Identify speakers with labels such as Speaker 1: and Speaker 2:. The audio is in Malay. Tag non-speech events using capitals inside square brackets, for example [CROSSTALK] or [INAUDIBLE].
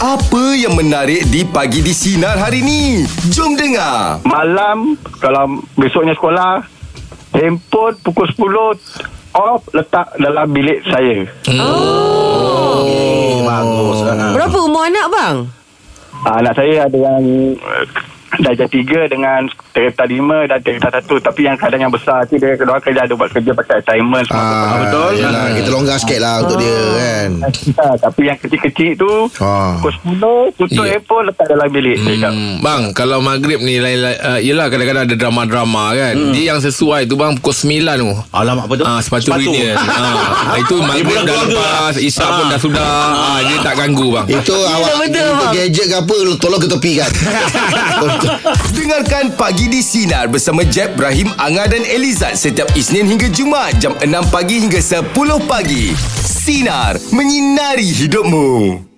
Speaker 1: Apa yang menarik di pagi di sinar hari ni? Jom dengar.
Speaker 2: Malam Kalau besoknya sekolah Handphone pukul 10 Off Letak dalam bilik saya
Speaker 3: Eh, bagus. Ah.
Speaker 4: Berapa umur anak bang?
Speaker 2: Ah, Anak saya ada yang eh, Darjah tiga dengan Terita lima dan Terita satu Tapi yang kadang yang besar tu Dia kedua kerja ada buat kerja Pakai assignment
Speaker 3: Ah,
Speaker 2: semua
Speaker 3: betul. Yalah, kita longgar
Speaker 4: Ah.
Speaker 3: sikit lah untuk dia kan.
Speaker 2: Ah, Tapi yang kecil-kecil tu
Speaker 3: Ah.
Speaker 2: Pukul 10 Tutup
Speaker 5: Ya.
Speaker 2: handphone Letak dalam bilik Cakap.
Speaker 5: Hmm, bang, kalau maghrib ni lain lain uh, yelah kadang-kadang ada drama-drama kan. Hmm. Dia yang sesuai tu bang pukul 9 tu.
Speaker 6: Alamak apa tu?
Speaker 5: Ah sepatu, sepatu. union. ah itu maghrib
Speaker 6: bulan
Speaker 5: dah
Speaker 6: keluarga.
Speaker 5: lepas, isyak pun dah sudah. Ah dia tak ganggu bang.
Speaker 3: Itu awak
Speaker 4: betul,
Speaker 3: untuk
Speaker 4: bang.
Speaker 3: gadget ke kan? apa tolong ketepikan.
Speaker 4: [LAUGHS]
Speaker 1: Dengarkan Pagi di Sinar bersama Jeb, Ibrahim, Anga dan Elizad setiap Isnin hingga Jumaat jam 6 pagi hingga 10 pagi. Sinar, menyinari hidupmu.